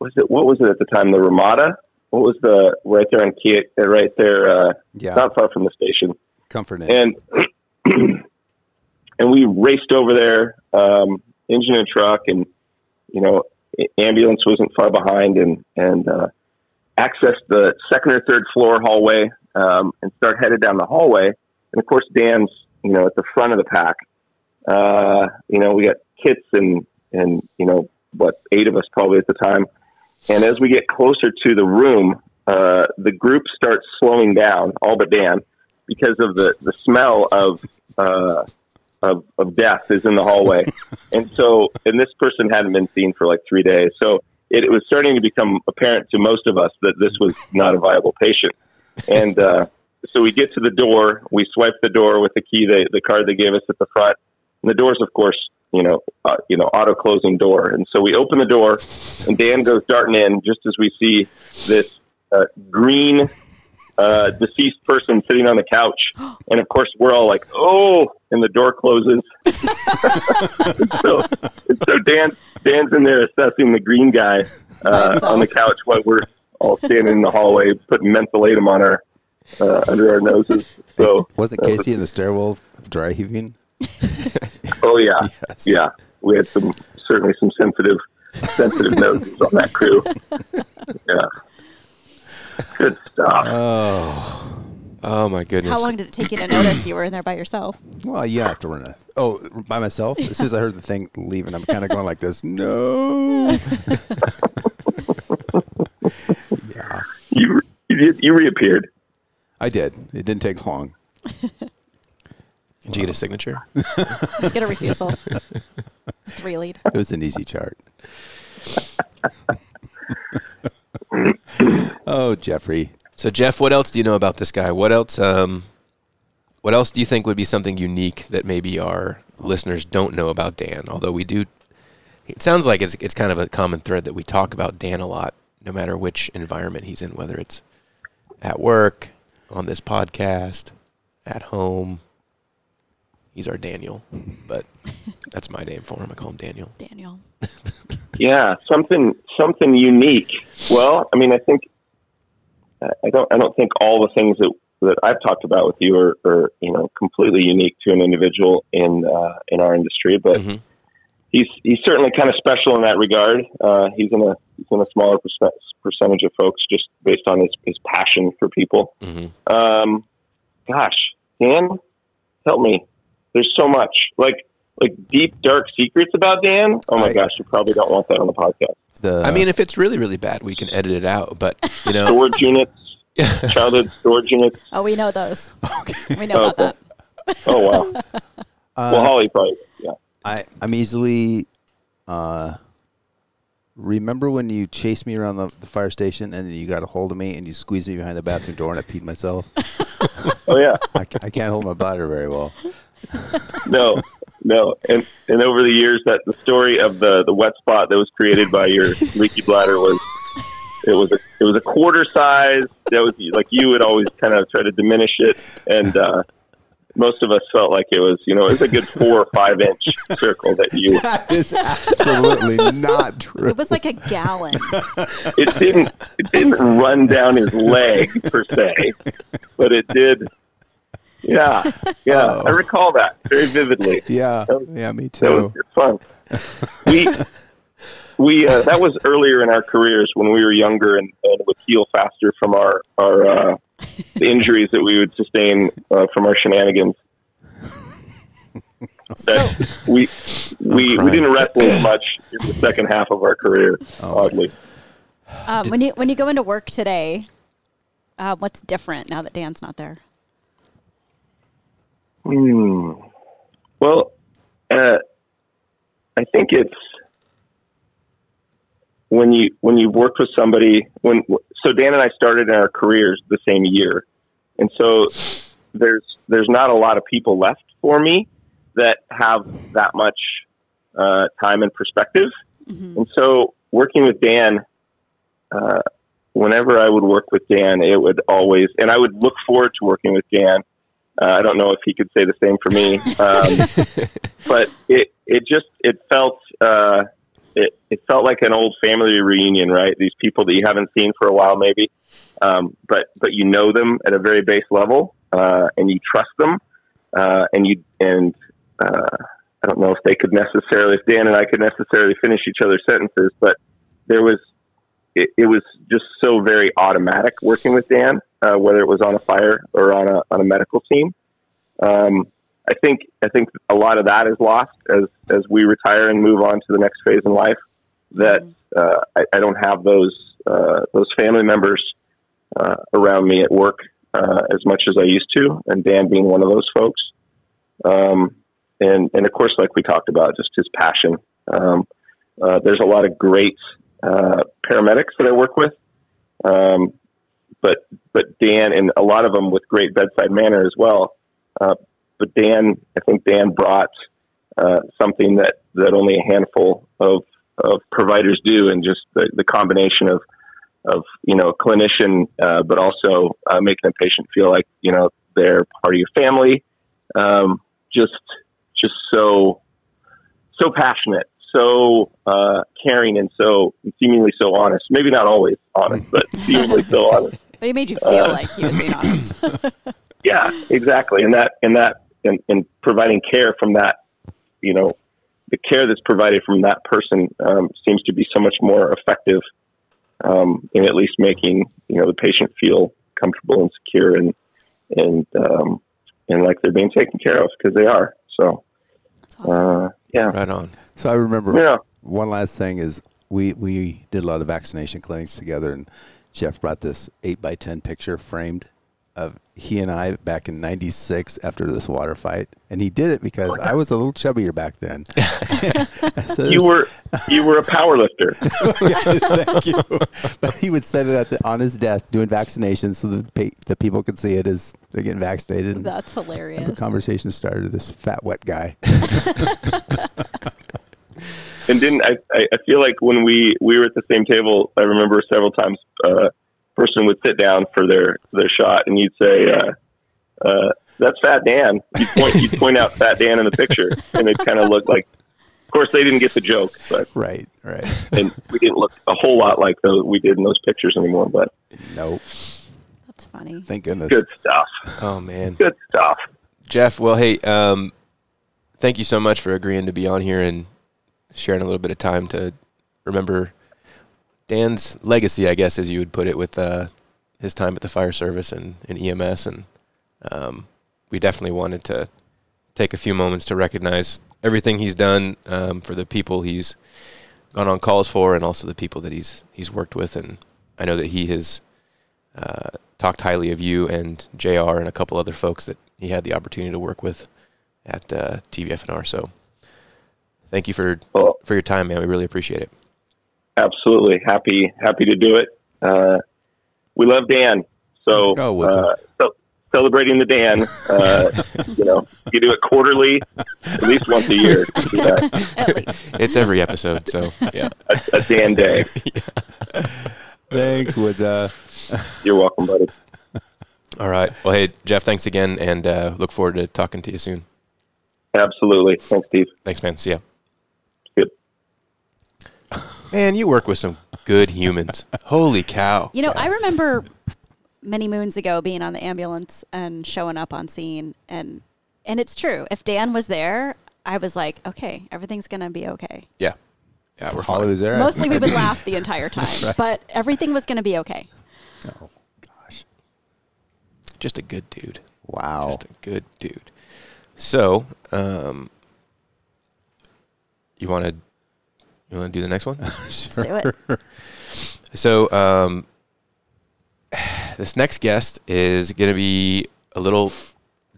S4: was it what was it at the time the Ramada? What was the right there on Kia, uh, right there uh,
S2: Yeah.
S4: not far from the station,
S2: Comfort in.
S4: and and we raced over there, um, engine and truck, and you know a- ambulance wasn't far behind, and and uh, accessed the second or third floor hallway um, and start headed down the hallway. And of course, Dan's you know at the front of the pack. Uh, you know, we got kits and and you know what eight of us probably at the time. And as we get closer to the room, uh, the group starts slowing down, all but Dan, because of the the smell of. Uh, of, of death is in the hallway. and so, and this person hadn't been seen for like three days. So it, it was starting to become apparent to most of us that this was not a viable patient. And uh, so we get to the door, we swipe the door with the key, they, the card they gave us at the front. And the door's, of course, you know, uh, you know, auto closing door. And so we open the door, and Dan goes darting in just as we see this uh, green uh, deceased person sitting on the couch. And of course, we're all like, oh, and the door closes. so, so Dan, Dan's in there assessing the green guy uh, on the couch while we're all standing in the hallway putting mentholatum on our uh, under our noses. So, uh,
S2: Wasn't Casey in the stairwell dry heaving?
S4: oh yeah,
S2: Yes.
S4: yeah, we had some certainly some sensitive sensitive noses on that crew. Yeah, good stuff.
S1: Oh my goodness.
S3: How long did it take you to notice you were in there by yourself?
S2: Well, you don't have to run a. Oh, by myself? As soon as I heard the thing leaving, I'm kind of going like this. No. yeah.
S4: you, you you reappeared.
S2: I did. It didn't take long.
S1: Did you get a signature?
S3: Did you get a refusal? Three lead.
S2: It was an easy chart. oh, Jeffrey.
S1: So Jeff, what else do you know about this guy? What else? Um, what else do you think would be something unique that maybe our listeners don't know about Dan? Although we do, it sounds like it's it's kind of a common thread that we talk about Dan a lot, no matter which environment he's in, whether it's at work, on this podcast, at home. He's our Daniel, but that's my name for him. I call him Daniel.
S3: Daniel.
S4: Yeah, something something unique. Well, I mean, I think I I don't I don't think all the things that that I've talked about with you are, are you know completely unique to an individual in uh, in our industry, but
S1: Mhm.
S4: he's he's certainly kind of special in that regard. Uh, he's in a he's in a smaller percent, percentage of folks just based on his his passion for people.
S1: Mhm.
S4: Um, gosh, Dan, help me. There's so much like. Like deep dark secrets about Dan. Oh my
S2: I-
S4: gosh, you probably don't want that on the podcast.
S2: The
S1: I mean, if it's really really bad, we can edit it out. But you know,
S4: storage units. childhood storage units.
S3: Oh, we know those. We know about that.
S4: Oh wow. Uh, well, Holly probably. Yeah.
S2: I, I'm easily. Uh, remember when you chased me around the, the fire station and you got a hold of me and you squeezed me behind the bathroom door and I peed myself?
S4: Oh yeah.
S2: I, ca- I can't hold my bladder very well.
S4: No. No. And and over the years, that the story of the the wet spot that was created by your leaky bladder was. It was a it was a quarter size. That was like you would always kind of try to diminish it, and uh, most of us felt like it was you know it was a good four or five inch circle that you
S2: That is absolutely not true.
S3: It was like a gallon.
S4: it didn't it didn't run down his leg per se, but it did. Yeah, yeah, I recall that very vividly.
S7: Yeah,
S4: That-
S7: yeah, me too.
S4: That
S2: Oh.
S4: was fun. We we uh, that was earlier in our careers when we were younger and, and would heal faster from our our uh, the injuries that we would sustain uh, from our shenanigans.
S3: So,
S4: We we, we
S1: crying.
S4: didn't wrestle as much in the second half of our career, oddly.
S3: um, when you when you go into work today, uh, what's different now that Dan's not there?
S4: Hmm. Well, uh, I think it's when you when you've worked with somebody. When so Dan and I started in our careers the same year, and so there's there's not a lot of people left for me that have that much uh, time and perspective. And so working with Dan, uh, whenever I would work with Dan, it would always, and I would look forward to working with Dan. Uh, I don't know if he could say the same for me, um, but it it just it felt uh, it it felt like an old family reunion, right? These people that you haven't seen for a while, maybe, um, but but you know them at a very base level, uh, and you trust them, uh, and you and uh, I don't know if they could necessarily, if Dan and I could necessarily finish each other's sentences, but there was it, it was just so very automatic working with Dan, uh, whether it was on a fire or on a on a medical team. Um, I think I think a lot of that is lost as as we retire and move on to the next phase in life. That uh, I, I don't have those uh, those family members uh, around me at work uh, as much as I used to, and Dan being one of those folks. Um, and and of course, like we talked about, just his passion. Um, uh, there's a lot of great uh, paramedics that I work with, um, but but Dan and a lot of them with great bedside manner as well. Uh, but Dan, I think Dan brought uh, something that that only a handful of of providers do, and just the, the combination of of you know a clinician, uh, but also uh, making a patient feel like you know they're part of your family. Um, just just so so passionate, so uh, caring, and so seemingly so honest. Maybe not always honest, but seemingly so honest.
S3: But he made you feel like he was being honest.
S4: Yeah, exactly. And that and that and, and providing care from that, you know, the care that's provided from that person um, seems to be so much more effective um, in at least making you know the patient feel comfortable and secure and and um, and like they're being taken care of because they are. So
S3: That's awesome.
S4: uh, yeah,
S1: Right on.
S2: So I remember
S4: yeah.
S2: one last thing is we we did a lot of vaccination clinics together, and Jeff brought this eight by ten picture framed of he and I back in '96 after this water fight, and he did it because I was a little chubbier back then. So
S4: You were you were a power lifter.
S2: yeah, thank you. But he would set it at the, on his desk doing vaccinations so that pe- the people could see it as they're getting vaccinated. And
S3: That's
S2: the
S3: hilarious.
S2: conversation started with this fat wet guy.
S4: and didn't I, I? I feel like when we we were at the same table, I remember several times uh, person would sit down for their their shot, and you'd say, uh, uh, "That's Fat Dan." You point you point out Fat Dan in the picture, and it kind of looked like. Of course, they didn't get the joke, but
S2: right, right.
S4: and we didn't look a whole lot like those we did in those pictures anymore. But
S2: Nope.
S3: That's funny.
S2: Thank goodness.
S4: good stuff,
S1: Oh man,
S4: good stuff.
S1: Jeff. Well, hey, um, thank you so much for agreeing to be on here and sharing a little bit of time to remember Dan's legacy, I guess, as you would put it, with uh, his time at the fire service and, and EMS. And um, we definitely wanted to take a few moments to recognize everything he's done um, for the people he's gone on calls for, and also the people that he's he's worked with. And I know that he has uh, talked highly of you and JR and a couple other folks that he had the opportunity to work with at uh, TVFNR. So thank you for
S4: Well,
S1: for your time, man. We really appreciate it.
S4: absolutely happy happy to do it. Uh, we love Dan, so
S2: Oh, what's
S4: uh, so celebrating the Dan. Uh, you know, you do it quarterly, at least once a year. Yeah,
S3: At least.
S1: It's every episode, so yeah.
S4: a, a Dan day.
S2: Thanks, Woods. Uh,
S4: You're welcome, buddy.
S1: All right. Well, hey Jeff, thanks again, and uh, look forward to talking to you soon.
S4: Absolutely. Thanks, Steve.
S1: Thanks, man. See ya.
S4: Good.
S1: Man, you work with some good humans. Holy cow!
S3: You know, I remember many moons ago being on the ambulance and showing up on scene and and it's true. If Dan was there, I was like, okay, everything's going to be okay.
S1: Yeah, yeah, we're
S2: Holly
S1: fine.
S2: was there. I-
S3: Mostly we would laugh the entire time, but everything was going to be okay.
S2: Oh, gosh.
S1: Just a good dude.
S2: Wow.
S1: Just a good dude. So, um, you want to you want to do the next one?
S3: Let's do it.
S1: So, um, this next guest is going to be a little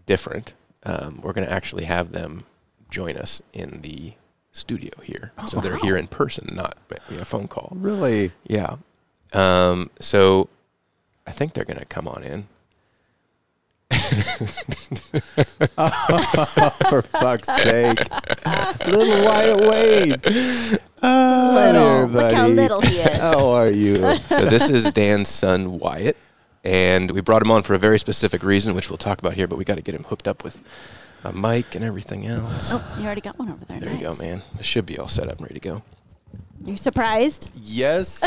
S1: different. Um, we're going to actually have them join us in the studio here.
S3: Oh,
S1: So they're here in person, not you know, a phone call.
S2: Really?
S1: Yeah. Um, so I think they're going to come on in.
S2: For fuck's sake. little Wyatt Wade. Oh, there,
S3: Little. Look how
S2: buddy. Oh.
S3: little he is.
S2: How are you?
S1: So this is Dan's son Wyatt, and we brought him on for a very specific reason, which we'll talk about here. But we got to get him hooked up with a mic and everything else.
S3: Oh, you already got one over there.
S1: There you go,
S3: Nice.
S1: man. This should be all set up and ready to go.
S3: You're surprised?
S2: yes.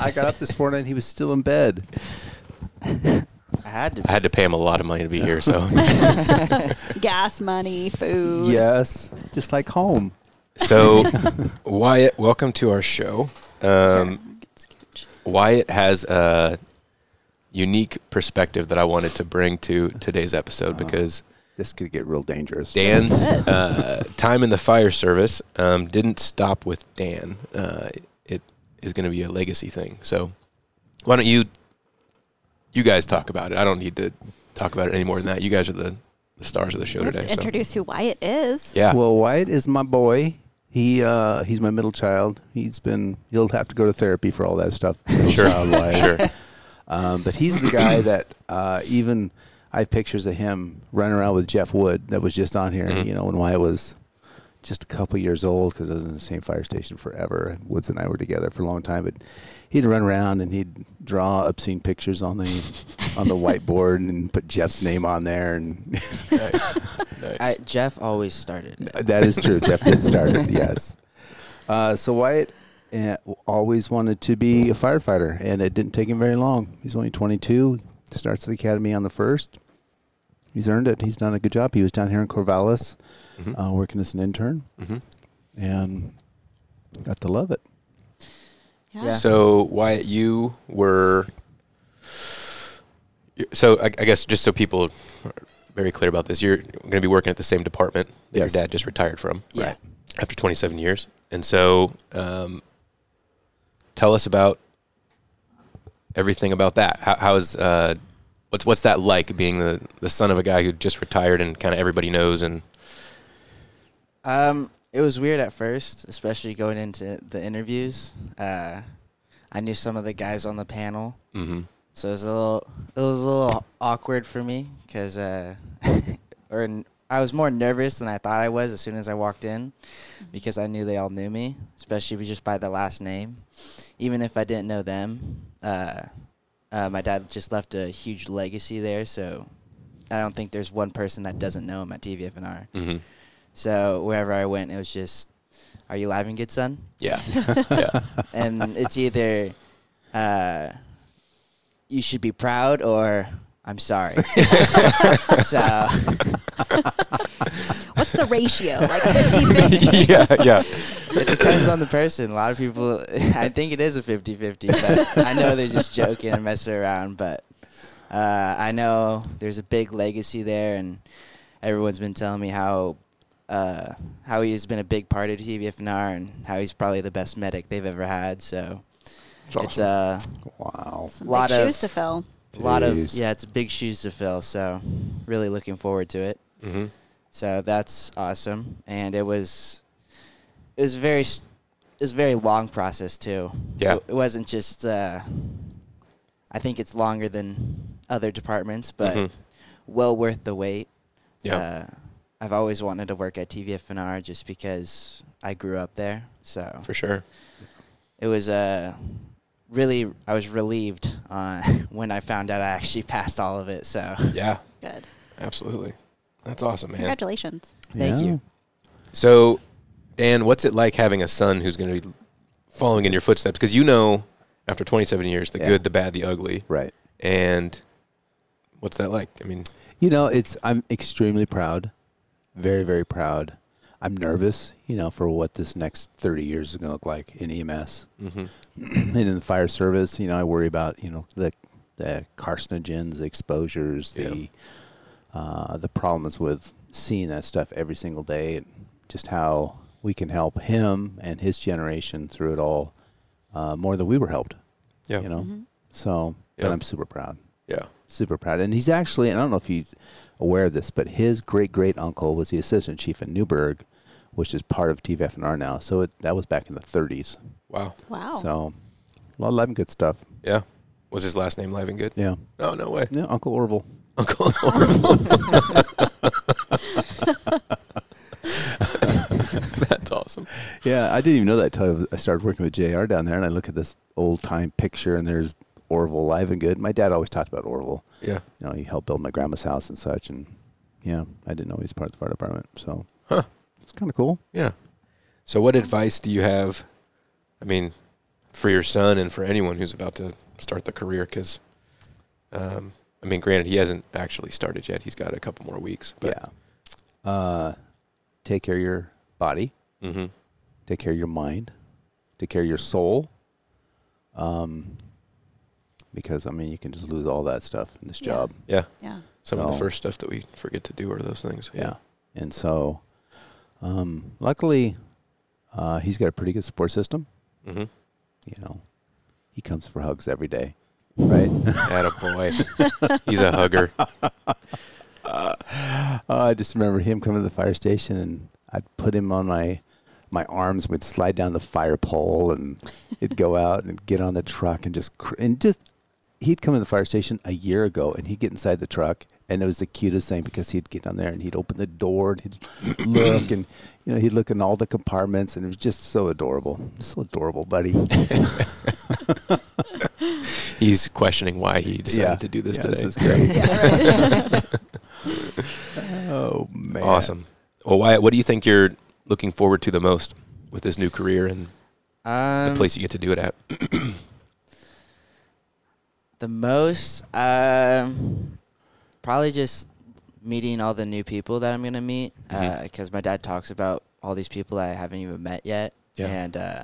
S2: I got up this morning and he was still in bed.
S8: I had to.
S1: I had to pay him a lot of money to be here, so
S3: Gas money, food.
S2: Yes. Just like home.
S1: so Wyatt, welcome to our show. Um,
S3: It's huge.
S1: Wyatt has a unique perspective that I wanted to bring to today's episode because
S2: This could get real dangerous.
S1: Dan's uh, time in the fire service um, didn't stop with Dan. Uh, it is going to be a legacy thing. So why don't you you guys talk about it? I don't need to talk about it any more than that. You guys are the, the stars of the show
S3: We have
S1: today. So
S3: to introduce who Wyatt is.
S1: yeah,
S2: Well, Wyatt is my boy. He uh, he's my middle child. He's been he'll have to go to therapy for all that stuff. Middle
S1: Sure.
S2: child Wyatt.
S1: sure.
S2: Um, but he's the guy that uh, even I have pictures of him running around with Jeff Wood that was just on here.
S1: Mm-hmm.
S2: You know, when Wyatt was just a couple years old because I was in the same fire station forever. And Woods and I were together for a long time, but he'd run around and he'd draw obscene pictures on the on the whiteboard and put Jeff's name on there and.
S1: Nice. Nice.
S8: I, Jeff always started. it.
S2: That is true. Jeff did start it. Yes. Uh, so Wyatt uh, always wanted to be a firefighter, and it didn't take him very long. He's only 22. Starts the academy on the first. He's earned it. He's done a good job. He was down here in Corvallis,
S1: Mm-hmm.
S2: uh, working as an intern, and got to love it.
S3: Yeah.
S8: Yeah.
S1: So Wyatt, you were. you- So I, I guess just so people are very clear about this, you're going to be working at the same department that
S2: Yes.
S1: your dad just retired from
S8: Yeah.
S2: Right.
S1: after 27 years, and so um, tell us about everything about that. How, how is uh, what's what's that like being the the son of a guy who just retired and kind of everybody knows and
S8: Um, it was weird at first, especially going into the interviews. Uh, I knew some of the guys on the panel,
S1: Mhm.
S8: so it was a little it was a little awkward for me because uh, or n- I was more nervous than I thought I was as soon as I walked in, because I knew they all knew me, especially if you just by the last name, even if I didn't know them. Uh, uh, my dad just left a huge legacy there, so I don't think there's one person that doesn't know him at TVFNR.
S1: mm-hmm.
S8: So wherever I went, it was just, "Are you live and good, son?"
S1: yeah yeah
S8: And it's either, uh, you should be proud or I'm sorry. so
S3: What's the ratio? Like 50 50?
S1: yeah yeah
S8: it depends on the person. A lot of people, I think it is a 50-50, but I know they're just joking and messing around. But uh, I know there's a big legacy there, and everyone's been telling me how uh, how he's been a big part of TVFNR and how he's probably the best medic they've ever had. So it's uh, a
S2: Wow.
S3: Some
S8: Lot
S3: big
S8: of-
S3: shoes to fill.
S8: a lot of
S2: Jeez.
S8: yeah, it's big shoes to fill. So really looking forward to it.
S1: Mm-hmm.
S8: So that's awesome, and it was it was very s- it was a very long process too.
S1: Yeah.
S8: it, it wasn't just. Uh, I think it's longer than other departments, but
S1: Mhm.
S8: well worth the wait.
S1: Yeah.
S8: Uh, I've always wanted to work at TVFNR just because I grew up there. So
S1: for sure.
S8: it was uh, really, I was relieved uh, when I found out I actually passed all of it. So
S1: Yeah,
S3: Good.
S1: absolutely. That's awesome, man.
S3: Congratulations.
S8: Thank you.
S1: So, Dan, what's it like having a son who's going to be following in your footsteps? Because you know, after 27 years, the
S2: Yeah.
S1: good, the bad, the ugly,
S2: Right.
S1: and what's that like? I mean,
S2: You know, it's I'm extremely proud, very very proud. I'm nervous, you know, for what this next 30 years is going to look like in EMS and in the fire service. You know, I worry about you know the the carcinogens, the exposures, the uh, the problems with seeing that stuff every single day, and just how we can help him and his generation through it all uh, more than we were helped.
S1: Yeah.
S2: you know. So,
S1: Yeah.
S2: but I'm super proud
S1: yeah,
S2: super proud. And he's actually, and I don't know if he's aware of this, but his great great uncle was the assistant chief in Newburgh, which is part of TVFNR now. So it, that was back in the 30s.
S1: wow,
S3: Wow.
S2: So a lot of living good stuff.
S1: yeah. Was his last name Living Good?
S2: Yeah.
S1: No, no way,
S2: Yeah, Uncle Orville.
S1: Uncle Orville. That's awesome.
S2: Yeah, I didn't even know that until I started working with JR down there. And I look at this old time picture, and there's Orville live and good. My dad always talked about Orville.
S1: Yeah,
S2: You know, he helped build my grandma's house and such. And yeah, I didn't know he was part of the fire department. So
S1: Huh.
S2: it's kind of cool.
S1: yeah. So, what advice do you have? I mean, for your son and for anyone who's about to start the career, because. Um, I mean, granted, he hasn't actually started yet. He's got a couple more weeks. But
S2: yeah. Uh, take care of your body.
S1: Mm-hmm.
S2: take care of your mind, take care of your soul. Um, because I mean, you can just lose all that stuff in this
S3: Yeah.
S2: job.
S1: Yeah.
S3: Yeah.
S1: Some of the
S2: So-
S1: first stuff that we forget to do are those things.
S2: Yeah. And so, um, luckily, uh, he's got a pretty good support system.
S1: Mm-hmm.
S2: You know, he comes for hugs every day, right?
S1: boy. He's a hugger.
S2: Uh, I just remember him coming to the fire station, and I'd put him on my my arms would slide down the fire pole, and he'd go out and get on the truck and just cr- and just he'd come to the fire station a year ago, and he'd get inside the truck, and it was the cutest thing because he'd get down there and he'd open the door and he'd look, and you know he'd look in all the compartments, and it was just so adorable, so adorable, buddy.
S1: He's questioning why he decided
S2: Yeah.
S1: to do this
S2: Yeah,
S1: today.
S2: This is great.
S3: Yeah, right.
S2: oh man,
S1: Awesome. Well, Wyatt, what do you think you're looking forward to the most with this new career and
S8: um,
S1: the place you get to do it at?
S8: The most, um, probably just meeting all the new people that I'm gonna meet.
S1: Mhm.
S8: Because my dad talks about all these people that I haven't even met yet,
S1: Yeah.
S8: and uh,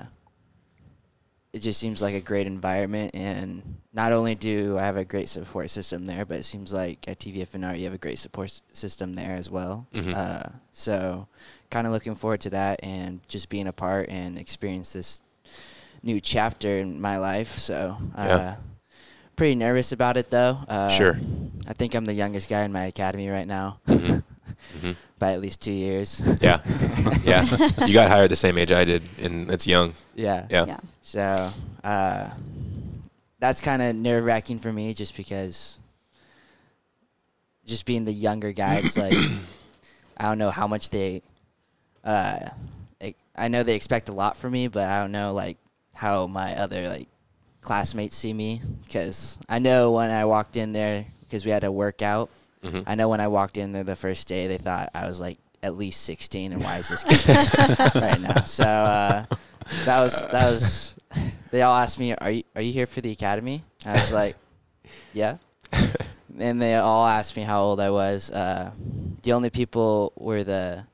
S8: it just seems like a great environment. And not only do I have a great support system there, but it seems like at TVFNR you have a great support s- system there as well.
S1: Mhm.
S8: Uh, so, kind of looking forward to that and just being a part and experience this new chapter in my life. So, uh,
S1: Yeah.
S8: pretty nervous about it though. Uh,
S1: Sure.
S8: I think I'm the youngest guy in my academy right now
S1: Mhm. Mhm.
S8: by at least two years.
S1: Yeah. Yeah. You got hired the same age I did, and it's young.
S8: yeah.
S1: Yeah.
S3: yeah.
S8: So uh, that's kind of nerve wracking for me just because just being the younger guy, it's like I don't know how much they. Uh, like, I know they expect a lot from me, but I don't know like how my other like classmates see me because I know when I walked in there because we had a workout.
S1: Mhm.
S8: I know when I walked in there the first day, they thought I was like at least 16, and why is this kid right now? So uh, that was that was. They all asked me, "Are you are you here for the academy?" I was like, "Yeah." And they all asked me how old I was. Uh, the only people were the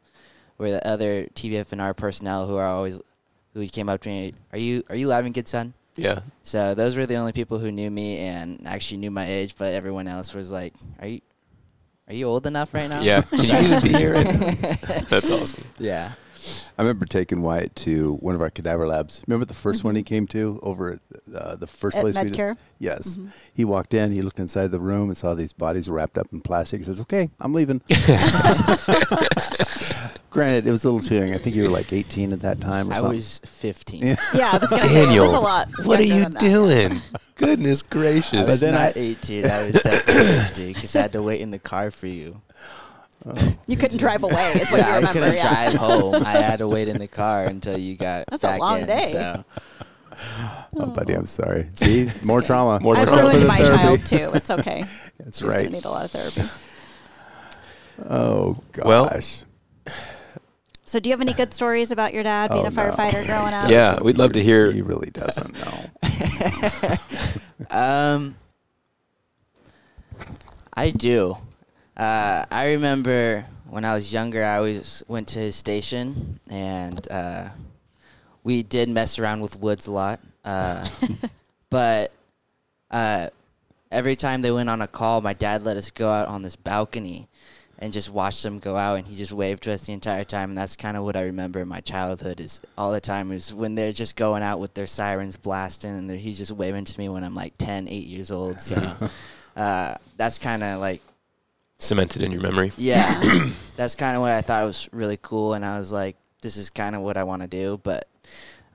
S8: were the other TVFNR personnel who are always who came up to me. Are you are you live and good son?
S1: Yeah.
S8: So those were the only people who knew me and actually knew my age, but everyone else was like, "Are you, are you old enough right now?"
S1: Yeah. Can you even be here? right now? That's awesome.
S8: yeah.
S2: I remember taking Wyatt to one of our cadaver labs. Remember the 1st one he came to over at uh, the first
S3: Mm-hmm. At
S2: place we
S3: Medcare? Mm-hmm.
S2: did? Yes. He walked in, he looked inside the room and saw these bodies wrapped up in plastic. He says, Okay, I'm leaving. Granted, it was a little too young. I think you were like 18 at that time or
S8: I
S2: something.
S8: was 15.
S3: Yeah, I was gonna say it was a lot.
S1: What are
S3: younger
S1: you
S3: than that.
S1: doing? Goodness
S8: I
S1: gracious.
S8: was
S2: then
S8: not
S2: I-
S8: 18. I was definitely 15 because I had to wait in the car for you.
S3: You couldn't drive away, is what you
S8: Yeah, I
S3: remember.
S8: couldn't
S3: yeah.
S8: drive home. I had to wait in the car until you got
S3: That's a
S8: back
S3: long
S8: in.
S3: day.
S8: So
S2: Oh, buddy, I'm sorry. See, more trauma.
S1: More
S3: I've
S1: trauma.
S2: for
S3: ruined
S2: the
S3: my
S2: therapy.
S3: child too. It's okay.
S2: That's
S3: She's gonna
S2: right.
S3: need a lot of therapy.
S2: Oh gosh.
S1: Well,
S3: So, do you have any good stories about your dad being
S2: Oh,
S3: a
S2: no.
S3: firefighter growing up?
S1: yeah, we'd love to
S2: he
S1: hear.
S2: really doesn't know.
S8: um, I do. Uh, I remember when I was younger, I always went to his station, and uh, we did mess around with woods a lot. Uh, but uh, every time they went on a call, my dad let us go out on this balcony and just watch them go out, and he just waved to us the entire time. And that's kind of what I remember in my childhood is all the time is when they're just going out with their sirens blasting, and they're- he's just waving to me when I'm like 10, 8 years old. So uh, that's kind of like
S1: Cemented in your memory.
S8: yeah, that's kind of what I thought was really cool, and I was like, this is kind of what I want to do. But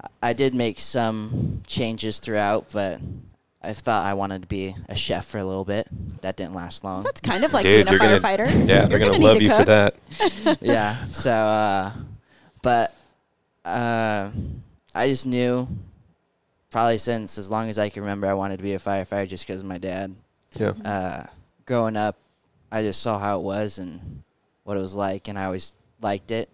S8: I- I did make some changes throughout, but I thought I wanted to be a chef for a little bit. That didn't last long.
S3: That's kind of like
S1: Dude,
S3: being a
S1: you're gonna-
S3: firefighter.
S1: Yeah, they're
S3: You're
S1: going
S3: gonna
S1: to
S3: need
S1: love
S3: to
S1: you for
S3: cook.
S1: that.
S8: yeah. So, uh, but uh, I just knew probably since as long as I can remember, I wanted to be a firefighter just because of my dad.
S1: Yeah.
S8: Uh, growing up, I just saw how it was and what it was like, and I always liked it.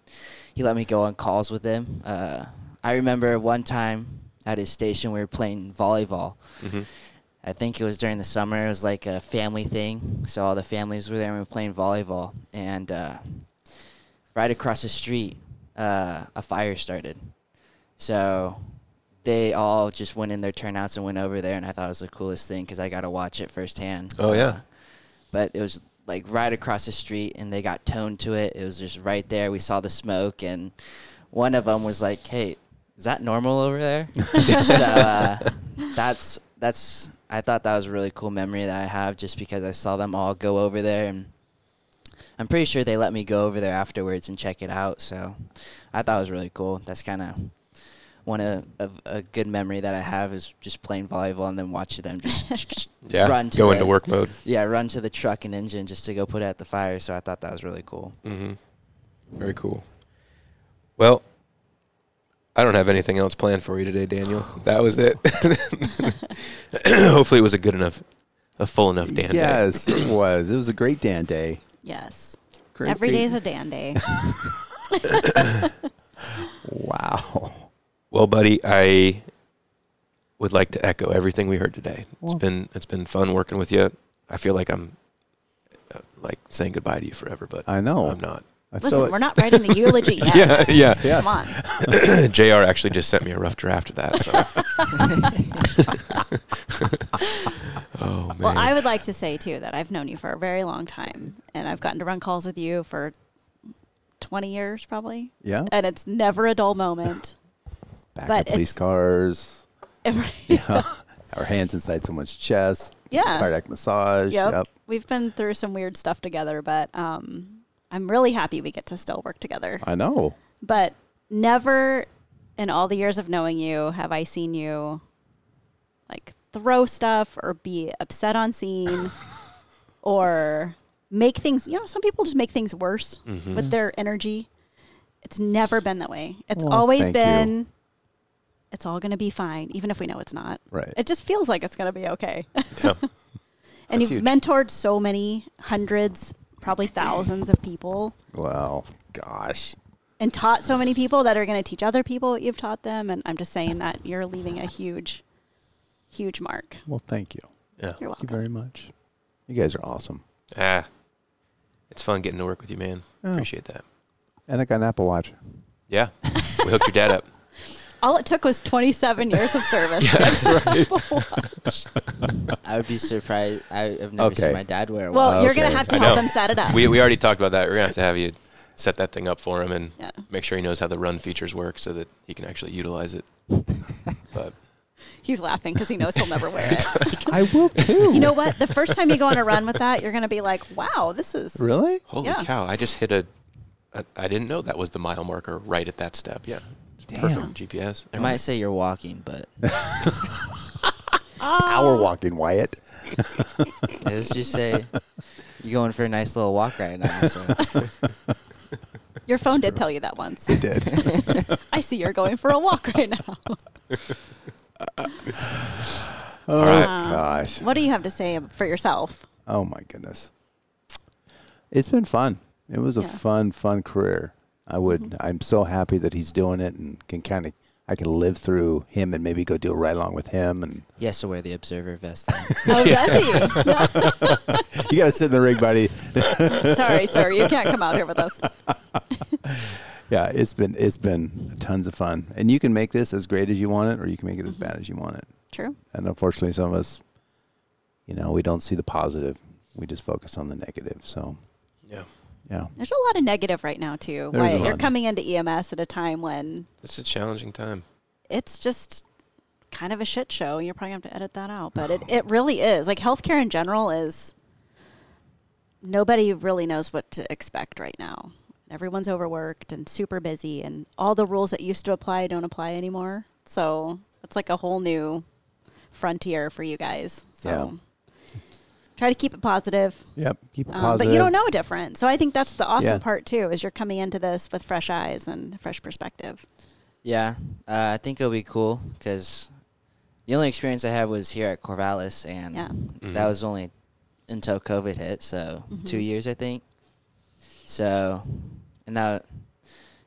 S8: He let me go on calls with him. Uh, I remember one time at his station, we were playing volleyball. I think it was during the summer. It was like a family thing, so all the families were there and we were playing volleyball. And uh, right across the street, uh, a fire started. So they all just went in their turnouts and went over there, and I thought it was the coolest thing because I got to watch it firsthand.
S1: Oh, yeah.
S8: But it was like right across the street, and they got toned to it. It was just right there. We saw the smoke, and one of them was like, "Hey, is that normal over there?" so uh, that's that's. I thought that was a really cool memory that I have, just because I saw them all go over there and. I'm pretty sure they let me go over there afterwards and check it out. So I thought it was really cool. That's kind of one of, of a good memory that I have is just playing volleyball and then watching them just
S1: Yeah.
S8: run to
S1: Go
S8: the,
S1: into work mode.
S8: Yeah, run to the truck and engine just to go put out the fire. So I thought that was really cool.
S1: Mm-hmm. Very cool. Well, I don't have anything else planned for you today, Daniel. That was it. Hopefully, it was a good enough, a full enough Dan day.
S2: yes, it was. It was a great Dan day.
S3: Yes.
S2: Great
S3: Every day's a Dan day.
S2: Wow.
S1: Well, buddy, I would like to echo everything we heard today. It's been it's been fun working with you. I feel like I'm uh, like saying goodbye to you forever, but
S2: I know.
S1: I'm not.
S2: I
S3: Listen,
S2: feel
S3: we're
S2: it.
S3: not writing the eulogy yet.
S1: Yeah, yeah.
S2: Yeah.
S3: Come on.
S1: Jr. actually just sent me a rough draft of that. So. oh man.
S3: Well, I would like to say too that I've known you for a very long time, and I've gotten to run calls with you for twenty years probably,
S2: Yeah.
S3: and it's never a dull moment.
S2: Back
S3: but
S2: to police
S3: it's-
S2: cars.
S3: yeah.
S2: Our hands inside someone's chest.
S3: Uh, Yep.
S2: Cardiac massage.
S3: We've been through some weird stuff together, but um, I'm really happy we get to still work together.
S2: I know.
S3: But never in all the years of knowing you have I seen you like throw stuff or be upset on scene or make things, you know, some people just make things worse with their energy. It's never been that way. It's
S2: Well,
S3: always
S2: thank
S3: been
S2: you.
S3: it's all going to be fine even if we know it's not.
S2: Right.
S3: It just feels like it's going to be okay.
S1: Yeah.
S3: and you've mentored so many hundreds, probably thousands of people
S2: Wow. Gosh.
S3: and taught so many people that are going to teach other people what you've taught them. And I'm just saying that you're leaving a huge, huge mark.
S2: Well, thank you.
S1: yeah.
S3: You're
S2: Thank you
S3: welcome.
S2: very much. You guys are awesome.
S1: Ah, it's fun getting to work with you, man.
S2: Oh.
S1: Appreciate that.
S2: And I got an Apple Watch.
S1: Yeah, we hooked your dad up.
S3: All it took was 27 years of service.
S8: I would be surprised. I have never
S2: Okay.
S8: seen my dad wear one.
S3: well, you're going
S2: Okay.
S3: to have to
S1: I
S3: help
S1: know.
S3: them set it up.
S1: We we already talked about that. We're gonna have to have you set that thing up for him and
S3: Yeah.
S1: make sure he knows how the run features work so that he can actually utilize it. but
S3: He's laughing because he knows he'll never wear it.
S2: I will too.
S3: you know what? The first time you go on a run with that, you're going to be like, wow, this is.
S2: really?
S1: holy
S3: Yeah.
S1: cow, I just hit a. I, I didn't know that was the mile marker right at that step. Yeah. It's Perfect GPS.
S8: I might say you're walking, but
S2: Hour walking, Wyatt.
S8: let's just say you're going for a nice little walk right now. So.
S3: Your phone did tell you that once.
S2: It did.
S3: I see you're going for a walk right now.
S2: oh
S1: right.
S3: Uh,
S2: gosh.
S3: What do you have to say for yourself?
S2: Oh my goodness. It's been fun. It was a
S3: Yeah. Mm-hmm.
S2: fun, fun career. I would. I'm so happy that he's doing it and can kind of. I can live through him and maybe go do it right along with him. And
S8: He has to wear the observer vest. then.
S3: Oh, does he?
S2: you got to sit in the ring, buddy.
S3: sorry, sorry. You can't come out here with us.
S2: Yeah, it's been it's been tons of fun, and you can make this as great as you want it, or you can make
S3: Mm-hmm.
S2: it as bad as you want it.
S3: True.
S2: And unfortunately, some of us, you know, we don't see the positive. We just focus on the negative. So
S1: Yeah.
S2: yeah,
S3: There's a lot of negative right now, too.
S2: There is a
S3: Wyatt, you're
S2: lot.
S3: coming into EMS at a time when
S1: It's a challenging time.
S3: it's just kind of a shit show. You're probably going to have to edit that out, but it, it really is. Like, healthcare in general is nobody really knows what to expect right now. Everyone's overworked and super busy, and all the rules that used to apply don't apply anymore. So it's like a whole new frontier for you guys. So try to keep it positive.
S2: yep. Keep it
S3: Um,
S2: positive.
S3: but you don't know different. So I think that's the awesome
S2: Yeah.
S3: part too, is you're coming into this with fresh eyes and fresh perspective.
S8: yeah, uh, I think it'll be cool because the only experience I had was here at Corvallis, and
S3: Yeah.
S8: that was only until COVID hit. So
S3: Mm-hmm.
S8: two years, I think. So, and now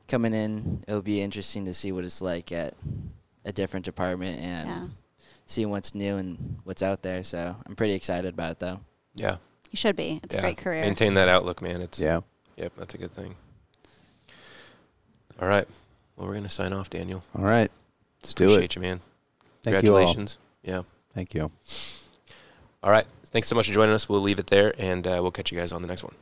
S8: coming in, it'll be interesting to see what it's like at a different department and
S3: Yeah.
S8: see what's new and what's out there. So I'm pretty excited about it, though.
S1: Yeah.
S3: You should be. It's
S1: yeah.
S3: a great career.
S1: Maintain that outlook, man. It's
S2: Yeah.
S1: Yep, that's a good thing. All right. Well, we're going to sign off, Daniel.
S2: All right. Let's do
S1: Appreciate
S2: it.
S1: you, man.
S2: Thank you all.
S1: Congratulations. Yeah.
S2: Thank you.
S1: All right. Thanks so much for joining us. We'll leave it there, and uh, we'll catch you guys on the next one.